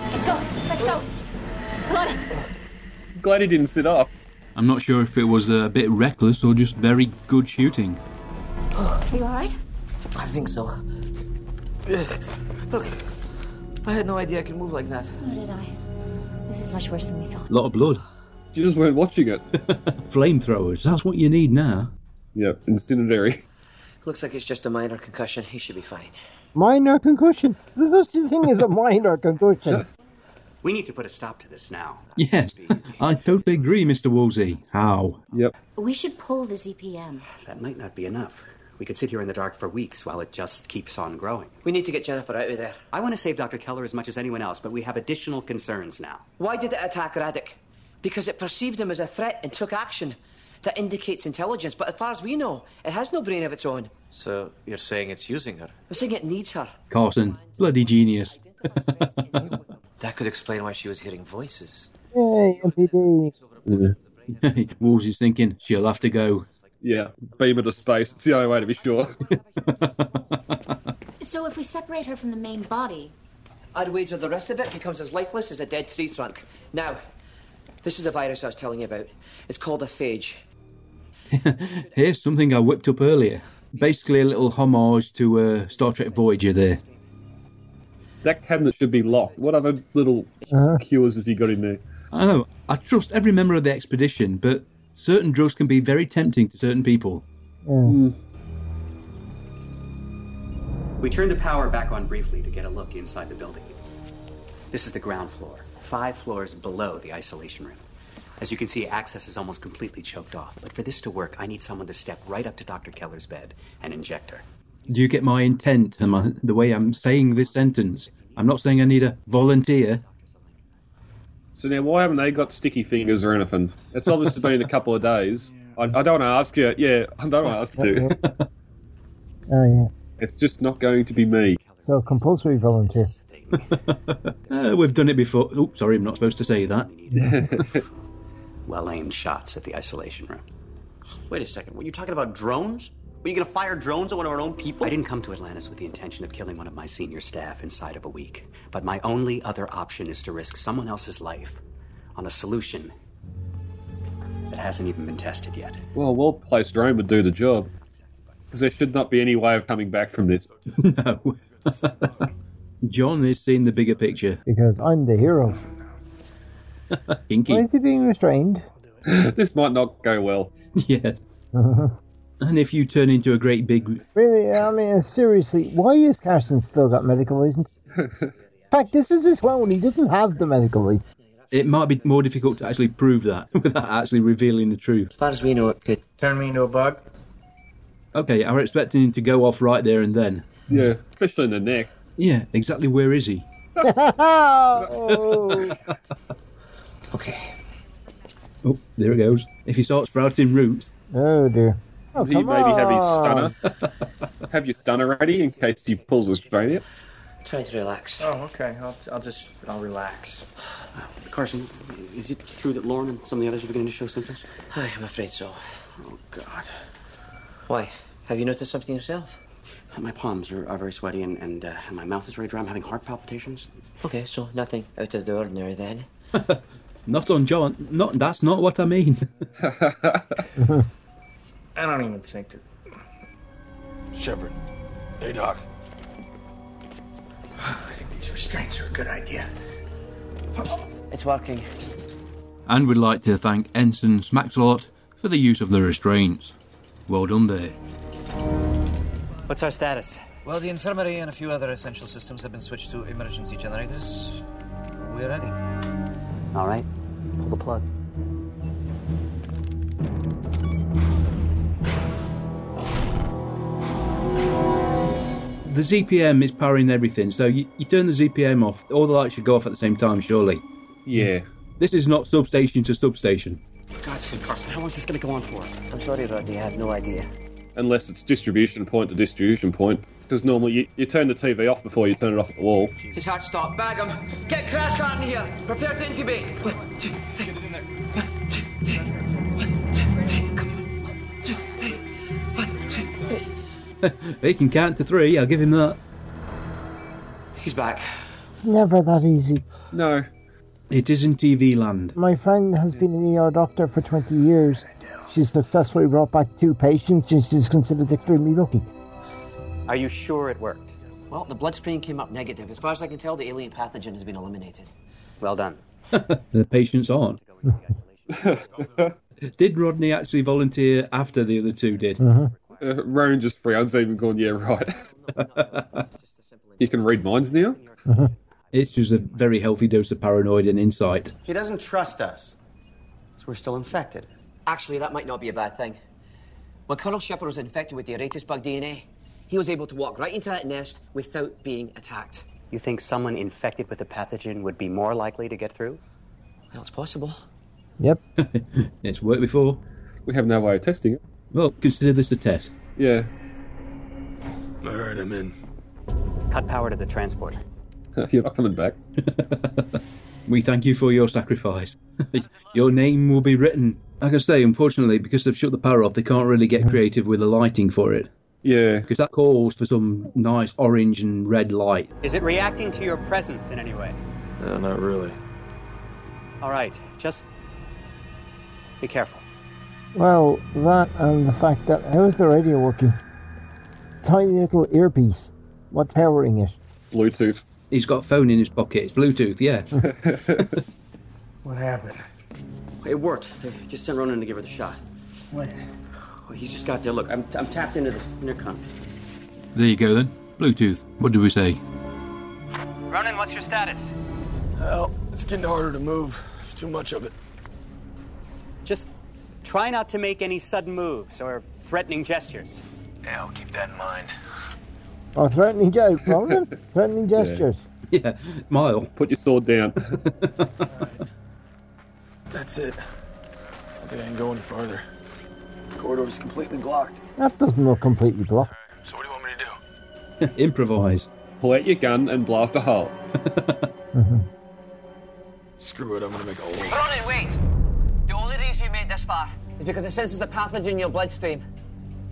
Let's go. Let's go. Come on.
Glad he didn't sit up.
I'm not sure if it was a bit reckless or just very good shooting.
Are Oh, you alright?
I think so. Ugh, Look, I had no idea I could move like that.
Nor did I. This is much worse than we thought.
A lot of blood.
You just weren't
[LAUGHS]
watching it.
Flamethrowers, that's what you need now.
yep, incendiary.
Looks like it's just a minor concussion. He should be fine.
Minor concussion. There's no such thing as a minor concussion.
We need to put a stop to this now.
Yes, I totally agree, Mr. Woolsey. How?
Yep.
We should pull the ZPM.
That might not be enough. We could sit here in the dark for weeks while it just keeps on growing.
We need to get Jennifer out of there.
I want to save Dr. Keller as much as anyone else, but we have additional concerns now.
Why did it attack Radek? Because it perceived him as a threat and took action. That indicates intelligence, but as far as we know, it has no brain of its own.
So you're saying it's using her?
I'm saying it needs her.
Carson, bloody genius. [LAUGHS]
That could explain why she was hearing voices.
Yay, MPD.
Woolsey's thinking, she'll have to go.
Yeah, beam into space. It's the only way to be sure.
So if we separate her from the main body,
I'd wager the rest of it becomes as lifeless as a dead tree trunk. Now, this is the virus I was telling you about. It's called a phage.
Here's something I whipped up earlier. Basically, a little homage to uh, Star Trek Voyager there.
that cabinet should be locked. What other little cures has he got in there?
I know, I trust every member of the expedition, but certain drugs can be very tempting to certain people.
Hmm. We turned the power back on briefly to get a look inside the building. This is the ground floor, five floors below the isolation room. As you can see, access is almost completely choked off, but for this to work, I need someone to step right up to Dr. Keller's bed and inject her.
Do you get my intent and my, the way I'm saying this sentence? I'm not saying I need a volunteer.
So now, why haven't they got sticky fingers or anything? It's obviously been a couple of days. I, I don't want to ask you. Yeah, I don't want to ask
[LAUGHS]
you.
[LAUGHS] Oh
it's just not going to be me.
yeah. So compulsory volunteer.
Uh, we've done it before. Oh, sorry, I'm not supposed to say that.
[LAUGHS]
Well aimed shots at the isolation room. Wait a second, were [LAUGHS] you talking about drones? Were you going to fire drones at one of our own people? I didn't come to Atlantis with the intention of killing one of my senior staff inside of a week, but my only other option is to risk someone else's life on a solution that hasn't even been tested yet.
Well, a well placed drone would do the job. Because there should not be any way of coming back from this.
[LAUGHS] no. John is [LAUGHS] seeing the bigger picture.
Because I'm the hero. Why
Kinky.
is he being restrained? [LAUGHS]
[LAUGHS] this might not go well.
[LAUGHS] Yes. And if you turn into a great big.
Really, I mean, seriously, why is Carson still got medical license? In fact, this is his clone. He doesn't have the medical license.
It might be more difficult to actually prove that [LAUGHS] without actually revealing the truth.
As far as we know, it could.
Turn me into a bug.
Okay, I was expecting him to go off right there and then.
Yeah, especially in the neck.
Yeah, exactly where is he?
oh,
Okay.
Oh, there it goes. If he starts sprouting root,
Oh dear. Oh,
he
come
maybe have his
on.
stunner. [LAUGHS] have your stunner ready in case he pulls Australia.
Try to relax.
Oh, okay. I'll, I'll just I'll relax.
[LAUGHS] Carson, is it true that Lauren and some of the others are beginning to show symptoms?
Aye, I'm afraid so.
Oh, God.
Why? Have you noticed something yourself?
My palms are, are very sweaty and, and, uh, and my mouth is very dry. I'm having heart palpitations.
Okay, so nothing out of the ordinary then.
Not on John. Not that's not what
[LAUGHS]
I mean.
I don't even think that.
Shepard. Hey, Doc.
[SIGHS] I think these restraints are a good idea.
It's working.
And we'd like to thank Ensign Smaxlot for the use of the restraints. Well done there.
What's our status?
Well, the infirmary and a few other essential systems have been switched to emergency generators. We're ready.
All right. Pull the plug.
The ZPM is powering everything, so you, you turn the ZPM off. All the lights should go off at the same time, surely.
Yeah.
This is not substation to substation. [LAUGHS]
God, sake, Carson, how long is this going to go on for?
I'm sorry, Rodney, I have no idea.
Unless it's distribution point to distribution point. Because normally you, you turn the TV off before you turn it off at the wall.
His heart stopped. Bag him. Get crash cart in here. Prepare to incubate. One, two, three. One, two, three. One, two, three. Come on. One, two, three. One, two, three.
he can count to three. I'll give him that.
He's back.
Never that easy.
No.
It isn't TV land.
My friend has been an ER doctor for 20 years. She's successfully brought back two patients and she's considered extremely lucky.
Are you sure it worked?
Well, the blood screen came up negative. As far as I can tell, the alien pathogen has been eliminated.
Well done.
uh, The patients aren't. did Rodney actually volunteer after the other two did?
Mm-hmm.
Uh, Rowan just frowns even going, yeah, right. [LAUGHS] you can read minds now?
It's just a very healthy dose of paranoid and insight.
He doesn't trust us. So we're still infected.
Actually, that might not be a bad thing. When Colonel Shepard was infected with the Aratus bug DNA, he was able to walk right into that nest without being attacked.
You think someone infected with a pathogen would be more likely to get through?
Well, it's possible.
Yep.
[LAUGHS] It's worked before.
We have no way of testing it.
Well, consider this a test.
Yeah.
All right, I'm in.
Cut power to the transporter.
[LAUGHS] You're not coming back.
[LAUGHS] We thank you for your sacrifice. [LAUGHS] your name will be written. Like I say, unfortunately, because they've shut the power off, they can't really get creative with the lighting for it.
Yeah.
Because that calls for some nice orange and red light.
Is it reacting to your presence in any way?
No, Uh, not really.
All right, just be careful.
Well, that and the fact that how is the radio working? Tiny little earpiece. What's powering it?
Bluetooth.
He's got a phone in his pocket. It's
[LAUGHS]
Bluetooth, yeah.
What happened?
It worked. They just sent Ronan to give her the shot.
What?
Oh, he just got there. Look, I'm, I'm tapped into the intercom.
There you go then. Bluetooth. What do we say?
Ronan, what's your status?
Well, it's getting harder to move. There's too much of it.
Just try not to make any sudden moves or threatening gestures.
Yeah, I'll keep that in mind.
Oh, threatening
[LAUGHS]
joke, Ronan. threatening gestures. [LAUGHS]
Yeah, [LAUGHS] mile.
Put your sword
[LAUGHS]
down.
That's it. I think I can go any farther. Corridor's completely blocked.
That doesn't look completely blocked.
So what do you want me to
[LAUGHS]
do?
Improvise.
Pull out your gun and blast a hole.
Screw it, I'm gonna make a hole.
Ronan, wait. The only reason you made this far
It's because it senses the pathogen in your bloodstream.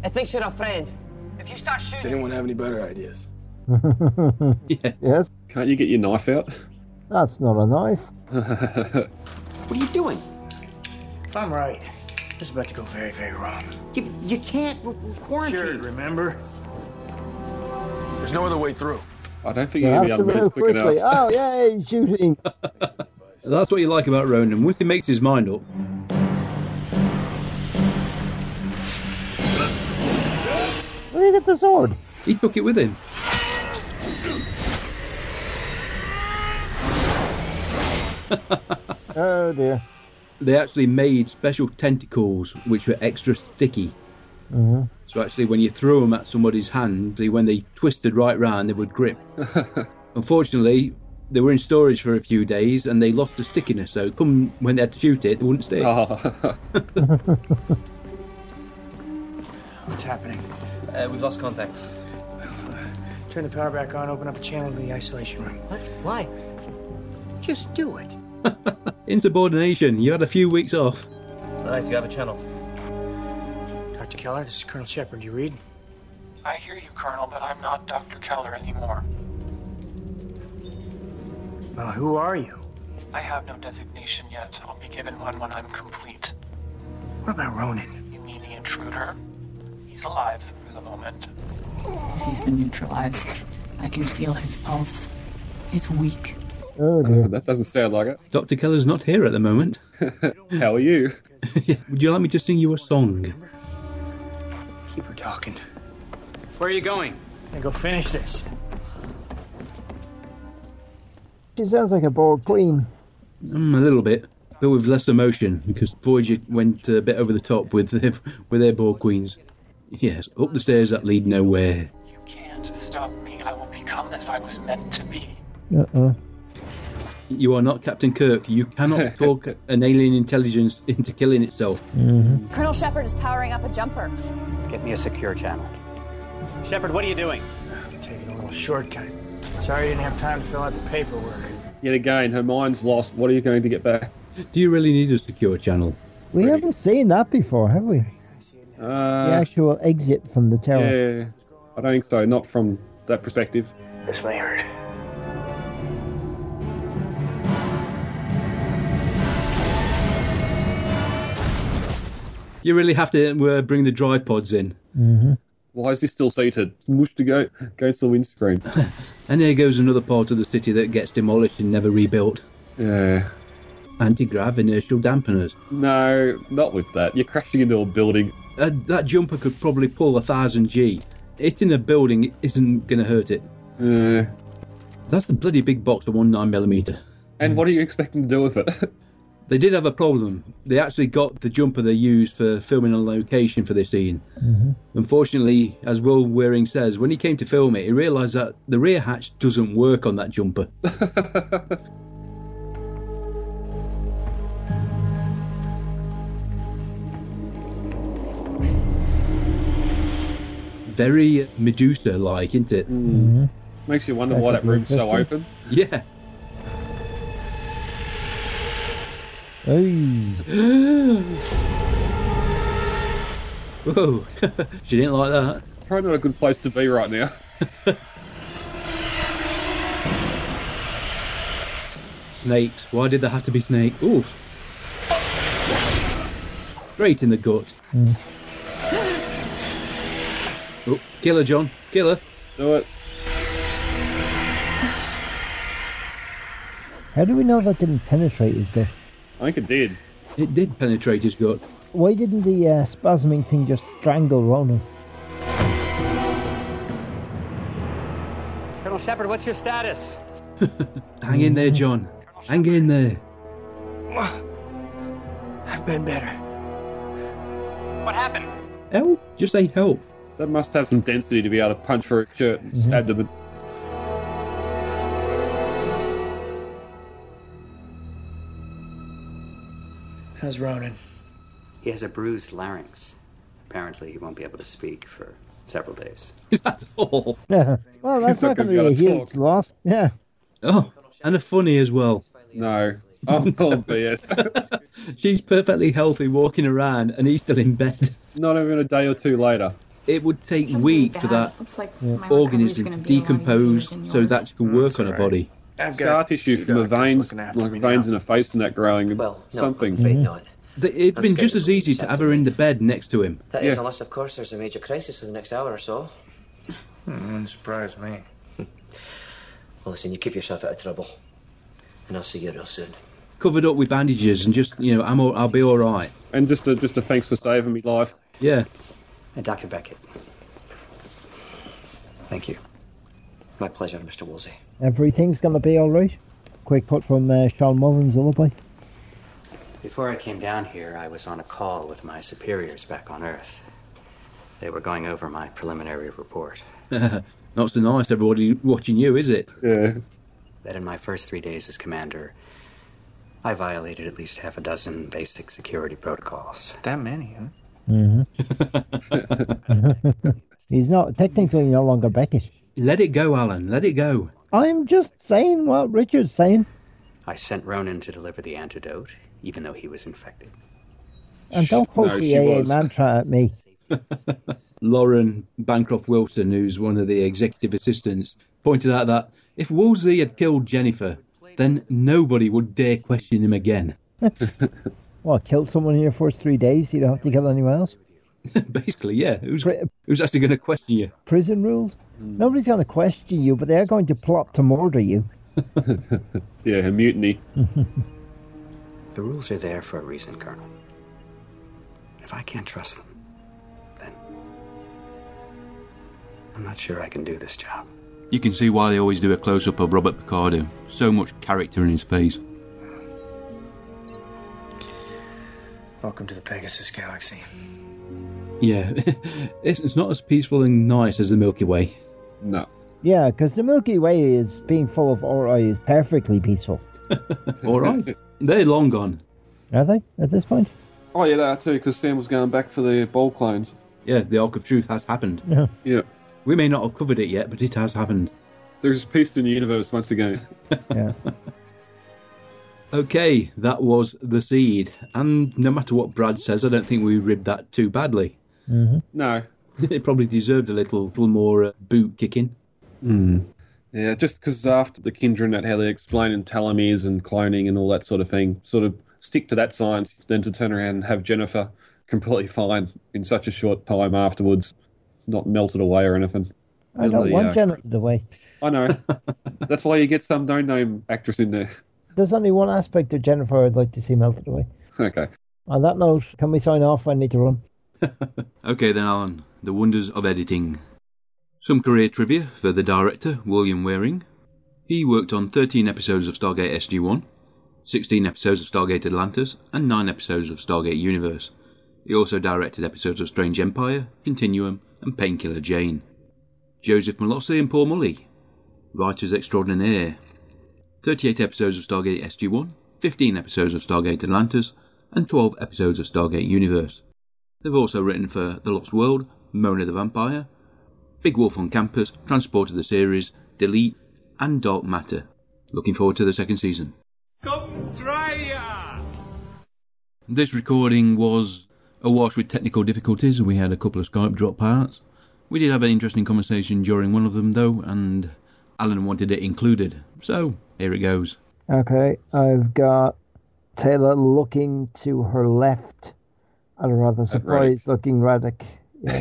It thinks you're a friend.
if you start
Does
shooting.
anyone have any better ideas?
Yes,
Can't you get your knife out?
that's not a knife.
[LAUGHS]
What are you doing?
If I'm right, this is about to go very, very wrong.
You, you can't. We're, we're
Sure,
quarantined.
remember?
There's no other way through.
I don't think
You
you're
have
going to
to
be able to
move
move quick
quickly.
enough.
Oh, yay, shooting.
That's what you like about Ronan. Once he makes his mind up,
Where did you get the sword?
he took it with him.
Oh, dear.
They actually made special tentacles which were extra sticky.
Mm-hmm.
So actually, when you threw them at somebody's hand, they- when they twisted right round, they would
[LAUGHS]
grip. Unfortunately, they were in storage for a few days and they lost the
Oh. [LAUGHS]
stickiness. So come when they had to shoot it, they wouldn't stick.
Oh,
[LAUGHS] What's happening?
Uh, we've lost contact.
[SIGHS] Turn the power back on, open up a channel to the isolation room. What? Why? Just do it.
[LAUGHS] Insubordination. You had a few weeks off.
All right, you have a channel.
Dr. Keller, this is Colonel Shepard. You read?
I hear you, Colonel, but I'm not Dr. Keller anymore.
Well, who are you?
I have no designation yet. I'll be given one when I'm complete.
What about Ronan?
You mean the intruder? He's alive for the moment.
He's been neutralized. I can feel his pulse. It's weak.
Oh, that doesn't sound like it.
Dr. Keller's not here at the moment.
[LAUGHS] How are you?
[LAUGHS] Yeah, Would you like me to sing you a song?
Keep her talking.
Where are you going?
And go finish this.
She sounds like a bored queen.
Mm, a little bit, but with less emotion because Voyager went a bit over the top with [LAUGHS] their, with their ball queens. Yes, up the stairs that lead nowhere.
You can't stop me. I will become as I was meant to be.
Uh-oh.
You are not Captain Kirk.
[LAUGHS]
You cannot talk an alien intelligence into killing itself.
Colonel Shepard is powering up a jumper.
Mm-hmm. Get me a secure channel. Shepard, what are you doing?
I'm taking a little shortcut. Sorry I didn't have time to fill out the paperwork.
Yet again, her mind's lost. What are you going to get back?
Do you really need a secure channel?
We haven't seen that before, have we?
Uh,
the actual exit from the terrace.
yeah, I don't think so. Not from that perspective.
This may hurt.
You really have to uh, bring the drive pods in.
Why is this still seated? It's mushed to go against the windscreen.
[LAUGHS] And there goes another part of the city that gets demolished and never rebuilt.
Yeah.
Anti grav inertial dampeners.
No, not with that. You're crashing into a building.
Uh, that jumper could probably pull a thousand G. Hitting a building isn't going to hurt it.
Yeah.
That's the bloody big box of one nine millimeter.
And what are you expecting to do with it? [LAUGHS]
They did have a problem. They actually got the jumper they used for filming on location for this scene.
Mm-hmm.
Unfortunately, as Will Waring says, when he came to film it, he realised that the rear hatch doesn't work on
[LAUGHS]
that jumper. Very Medusa like, isn't it?
Makes you wonder why that room's so open.
Yeah. [GASPS] Whoa. [LAUGHS] she didn't like that.
Probably not a good place to be right now.
Snakes. Why did there have to be snake? Oof. Straight in the gut.
Hmm.
Oh, killer, John. Killer.
Do it.
How do we know that didn't penetrate his gut?
I think it did.
It did penetrate his gut.
Why didn't the uh, spasming thing just strangle Ronan?
Colonel Shepard, what's your status?
Hang in there, John. Hang in there.
I've been better.
What happened?
Help. Just say help. Mhm.
That must have some density to be able to punch through a shirt and abdomen.
How's Ronan?
He has a bruised larynx. Apparently, he won't be able to speak for several days.
Is that all?
well,
[LAUGHS]
that's
not gonna
not, going to be
be
a
able to
huge loss. Yeah.
Oh, and a funny as well.
No. Oh, [LAUGHS] BS.
[LAUGHS] She's perfectly healthy walking around and he's still in bed.
Not even a day or two later.
It would take weeks for that
Looks like my recovery's
organism
gonna
to
be a lot
decompose
easier than
so
yours.
that you
Mm.
can work on a body.
I've
Scar tissue
two
from the
doctors
veins,
looking
like
after me
veins
now.
in a face and that growing.
Well, no,
something. Mm-hmm.
I'm afraid not.
Th- It'd
I'm
been
scared
just as easy to have her in the bed next to him.
That is,
Yeah.
unless, of course, there's a major crisis in the next hour or so.
Hmm, Wouldn't surprise me.
[LAUGHS] Well, listen, you keep yourself out of trouble. And I'll see you real soon.
Covered up with bandages and just, you know, I'm all, I'll be all right.
And just a, just a thanks for saving me life.
Yeah. [LAUGHS]
And Dr. Beckett. Thank you. My pleasure, Mr. Woolsey.
Everything's going to be all right. Quick put from uh, Sean Mullen's lullaby.
Before I came down here, I was on a call with my superiors back on Earth.
They were going over my preliminary report.
Not so nice, everybody watching you, is it?
Yeah.
That in my first three days as commander, I violated at least half a dozen basic security protocols.
That many, huh?
Mm-hmm. He's not technically no longer Beckett.
[LAUGHS] Let it go, Alan. Let it go.
I'm just saying what Richard's saying,
I sent Ronan to deliver the antidote, even though he was infected.
and don't quote
No, she
the AA
was.
mantra at me.
Lauren Bancroft Wilson, who's one of the executive assistants, pointed out that if Wolsey had killed Jennifer, then nobody would dare question
[LAUGHS]
him again.
Well, kill someone in your first three days, you don't have to kill anyone else.
Basically, yeah, who's who's actually going to question you?
Prison rules.
Mm.
Nobody's going to question you, but they're going to plot to
[LAUGHS]
murder you.
Yeah, a mutiny.
[LAUGHS] The rules are there for a reason, Colonel. If I can't trust them, then I'm not sure I can do this job.
You can see why they always do a close up of Robert Picardo. So much character in his face.
Welcome to the Pegasus Galaxy.
Yeah, [LAUGHS] it's, it's not as peaceful and nice as the Milky Way.
No.
Yeah, because the Milky Way is being full of aura is perfectly peaceful.
[LAUGHS] All right, they're long gone.
Are they at this point?
Oh, yeah, that too, because Sam was going back for the ball clones.
Yeah, the Ark of Truth has happened.
Yeah.
Yeah.
We may not have covered it yet, but it has happened.
There's peace in the universe once again.
Yeah.
Okay, that was the seed, and no matter what Brad says, I don't think we ribbed that too badly.
Mm-hmm.
No.
[LAUGHS] it probably deserved a little, little more uh, boot kicking.
Mm. Yeah, just because after the Kindred and how they explain in telomeres and cloning and all that sort of thing, sort of stick to that science, then to turn around and have Jennifer [LAUGHS] completely fine in such a short time afterwards, not melted away or anything.
I don't
Really,
want
uh,
Jennifer away.
I
[LAUGHS]
know. That's why you get some no name actress in there.
There's only one aspect of Jennifer I'd like to see melted away.
Okay.
On that note, can we sign off? I need to run.
Okay then, Alan. The wonders of editing. Some career trivia for the director, William Waring. He worked on 13 episodes of Stargate SG 1, 16 episodes of Stargate Atlantis, and 9 episodes of Stargate Universe. He also directed episodes of Strange Empire, Continuum, and Painkiller Jane. Joseph Molossi and Paul Mully, writers extraordinaire. 38 episodes of Stargate SG 1, 15 episodes of Stargate Atlantis, and 12 episodes of Stargate Universe. They've also written for The Lost World, Mona the Vampire, Big Wolf on Campus, Transport of the Series, Delete, and Dark Matter. Looking forward to the second season. This recording was awash with technical difficulties. We had a couple of Skype drop parts. We did have an interesting conversation during one of them, though, and Alan wanted it included. So, here it goes.
Okay, I've got Taylor looking to her left at a rather surprised looking Raddick.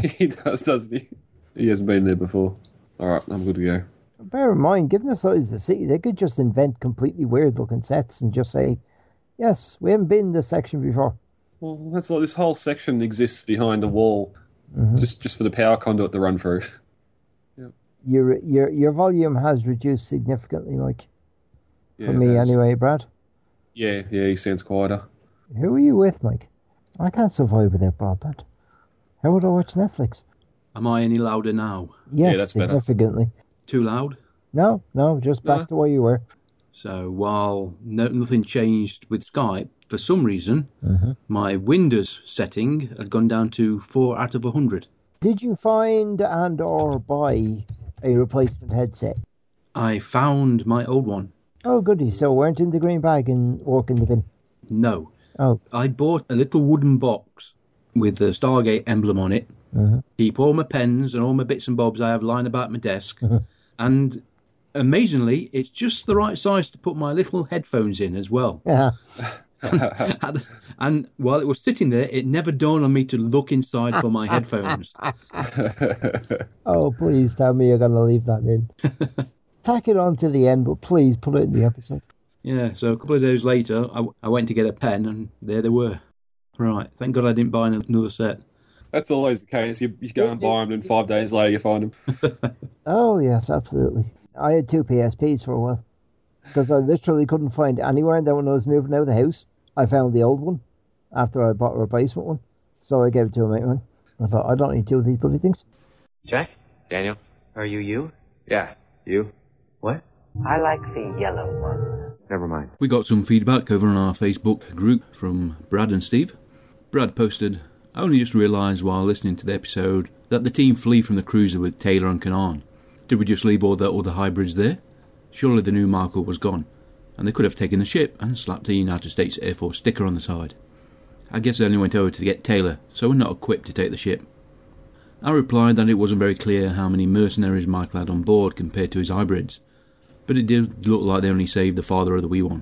[LAUGHS] he does, doesn't he? He hasn't been there before. All right, I'm good to go.
Bear in mind, given the size of the city, they could just invent completely weird looking sets and just say, yes, we haven't been in this section before.
Well, that's like this whole section exists behind a wall,
Mm-hmm.
just just for the power conduit to run through. [LAUGHS]
Your, your, your volume has reduced significantly, Mike.
Yeah,
For me,
that's-
anyway, Brad.
Yeah, yeah, he sounds quieter.
Who are you with, Mike? I can't survive without broadband. How would I watch Netflix?
Am I any louder now?
Yes, significantly.
Too loud?
No, no, just
Uh-huh.
back to where you were.
So while no, nothing changed with Skype, for some reason,
Mhm.
my Windows setting had gone down to 4 out of 100.
Did you find and or buy a replacement headset?
I found my old one.
Oh, goody. So weren't in the green bag and walk in the bin.
No.
Oh.
I bought a little wooden box with the Stargate emblem on it.
Mhm.
Keep all my pens and all my bits and bobs I have lying about my desk. And amazingly, it's just the right size to put my little headphones in as well.
[LAUGHS] Yeah.
[LAUGHS] and, and while it was sitting there, it never dawned on me to look inside for my headphones.
Oh, please tell me you're going to leave that in. Tack it on to the end, but please put it in the episode.
yeah, so a couple of days later, I, I went to get a pen, and there they were. Right, thank God I didn't buy another set.
That's always the case. You, you go and buy them, and five days later you find [LAUGHS] them.
Oh, yes, absolutely. I had two PSPs for a while because I literally couldn't find it anywhere. And then when I was moving out of the house, I found the old one after I bought a replacement one. So I gave it to a mate. of mine. I thought, I don't need two of these bloody things.
Jack? Daniel? Are you you? Yeah, you. What? I like the yellow ones. Never mind.
We got some feedback over on our Facebook group from Brad and Steve. Brad posted,
I only just realised while listening to the episode that the team flee from the cruiser with Taylor and Canaan. Did we just leave all the other hybrids there? Surely the new marker was gone, and they could have taken the ship and slapped a United States Air Force sticker on the side. I guess they only went over to get Taylor, so we're not equipped to take the ship. I replied that it wasn't very clear how many mercenaries Michael had on board compared to his hybrids, but it did look like they only saved the father of the wee one.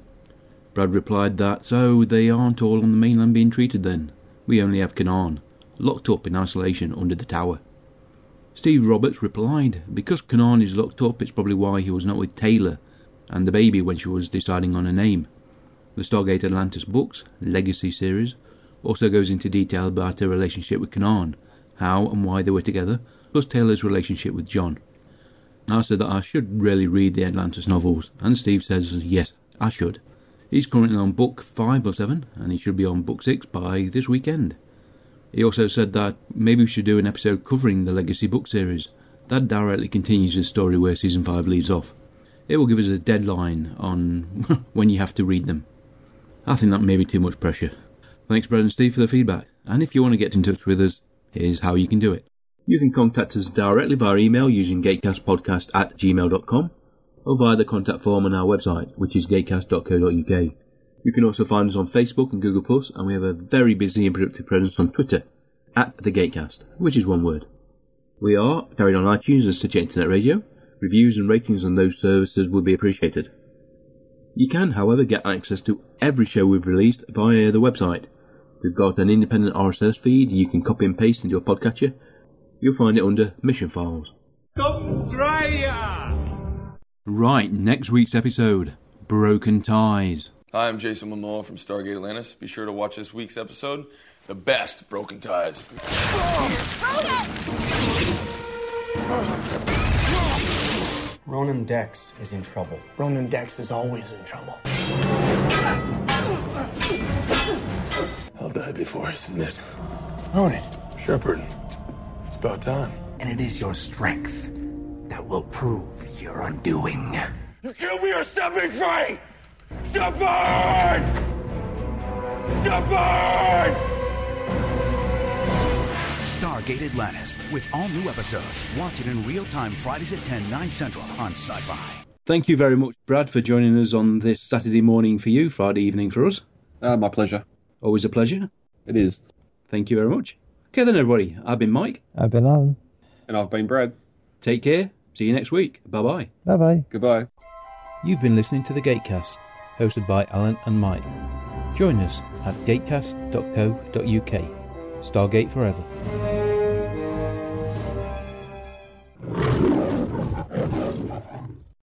Brad replied that so they aren't all on the mainland being treated then. We only have Canaan, locked up in isolation under the tower. Steve Roberts replied, because Canaan is locked up, it's probably why he was not with Taylor and the baby when she was deciding on a name. The Stargate Atlantis books, Legacy series, also goes into detail about her relationship with Canaan, how and why they were together, plus Taylor's relationship with John. I said that I should really read the Atlantis novels, and Steve says yes, I should. He's currently on book 5 or 7, and he should be on book 6 by this weekend. He also said that maybe we should do an episode covering the Legacy book series. That directly continues the story where season 5 leaves off. It will give us a deadline on [LAUGHS] when you have to read them. I think that may be too much pressure. Thanks, Brad and Steve, for the feedback. And if you want to get in touch with us, here's how you can do it. You can contact us directly via email using gatecastpodcast at gmail.com or via the contact form on our website, which is gatecast.co.uk. You can also find us on Facebook and Google Plus, and we have a very busy and productive presence on Twitter at the Gatecast, which is one word. We are carried on iTunes and Stitcher Internet Radio. Reviews and ratings on those services would be appreciated. You can, however, get access to every show we've released via the website. We've got an independent RSS feed you can copy and paste into your podcatcher. You'll find it under Mission Files. Right, next week's episode Broken Ties.
Hi, I'm Jason Momoa from Stargate Atlantis. Be sure to watch this week's episode, The Best Broken Ties.
Ronan Dex is in trouble.
Ronan Dex is always in trouble.
I'll die before I submit.
Ronan.
Shepard, it's about time.
And it is your strength that will prove your undoing.
Kill me or set me free! Shepard! Shepard!
Stargate Atlantis, with all new episodes. Watch it in real time Fridays at 10, 9 central on Sci Fi.
Thank you very much, Brad, for joining us on this Saturday morning for you, Friday evening for us.
Ah, my pleasure.
Always a pleasure.
It is.
Thank you very much. Okay, then, everybody. I've been Mike.
I've been on.
And I've been Brad.
Take care. See you next week. Bye bye.
Bye bye.
Goodbye.
You've been listening to The Gatecast, hosted by Alan and Mike. Join us at gatecast.co.uk. Stargate Forever.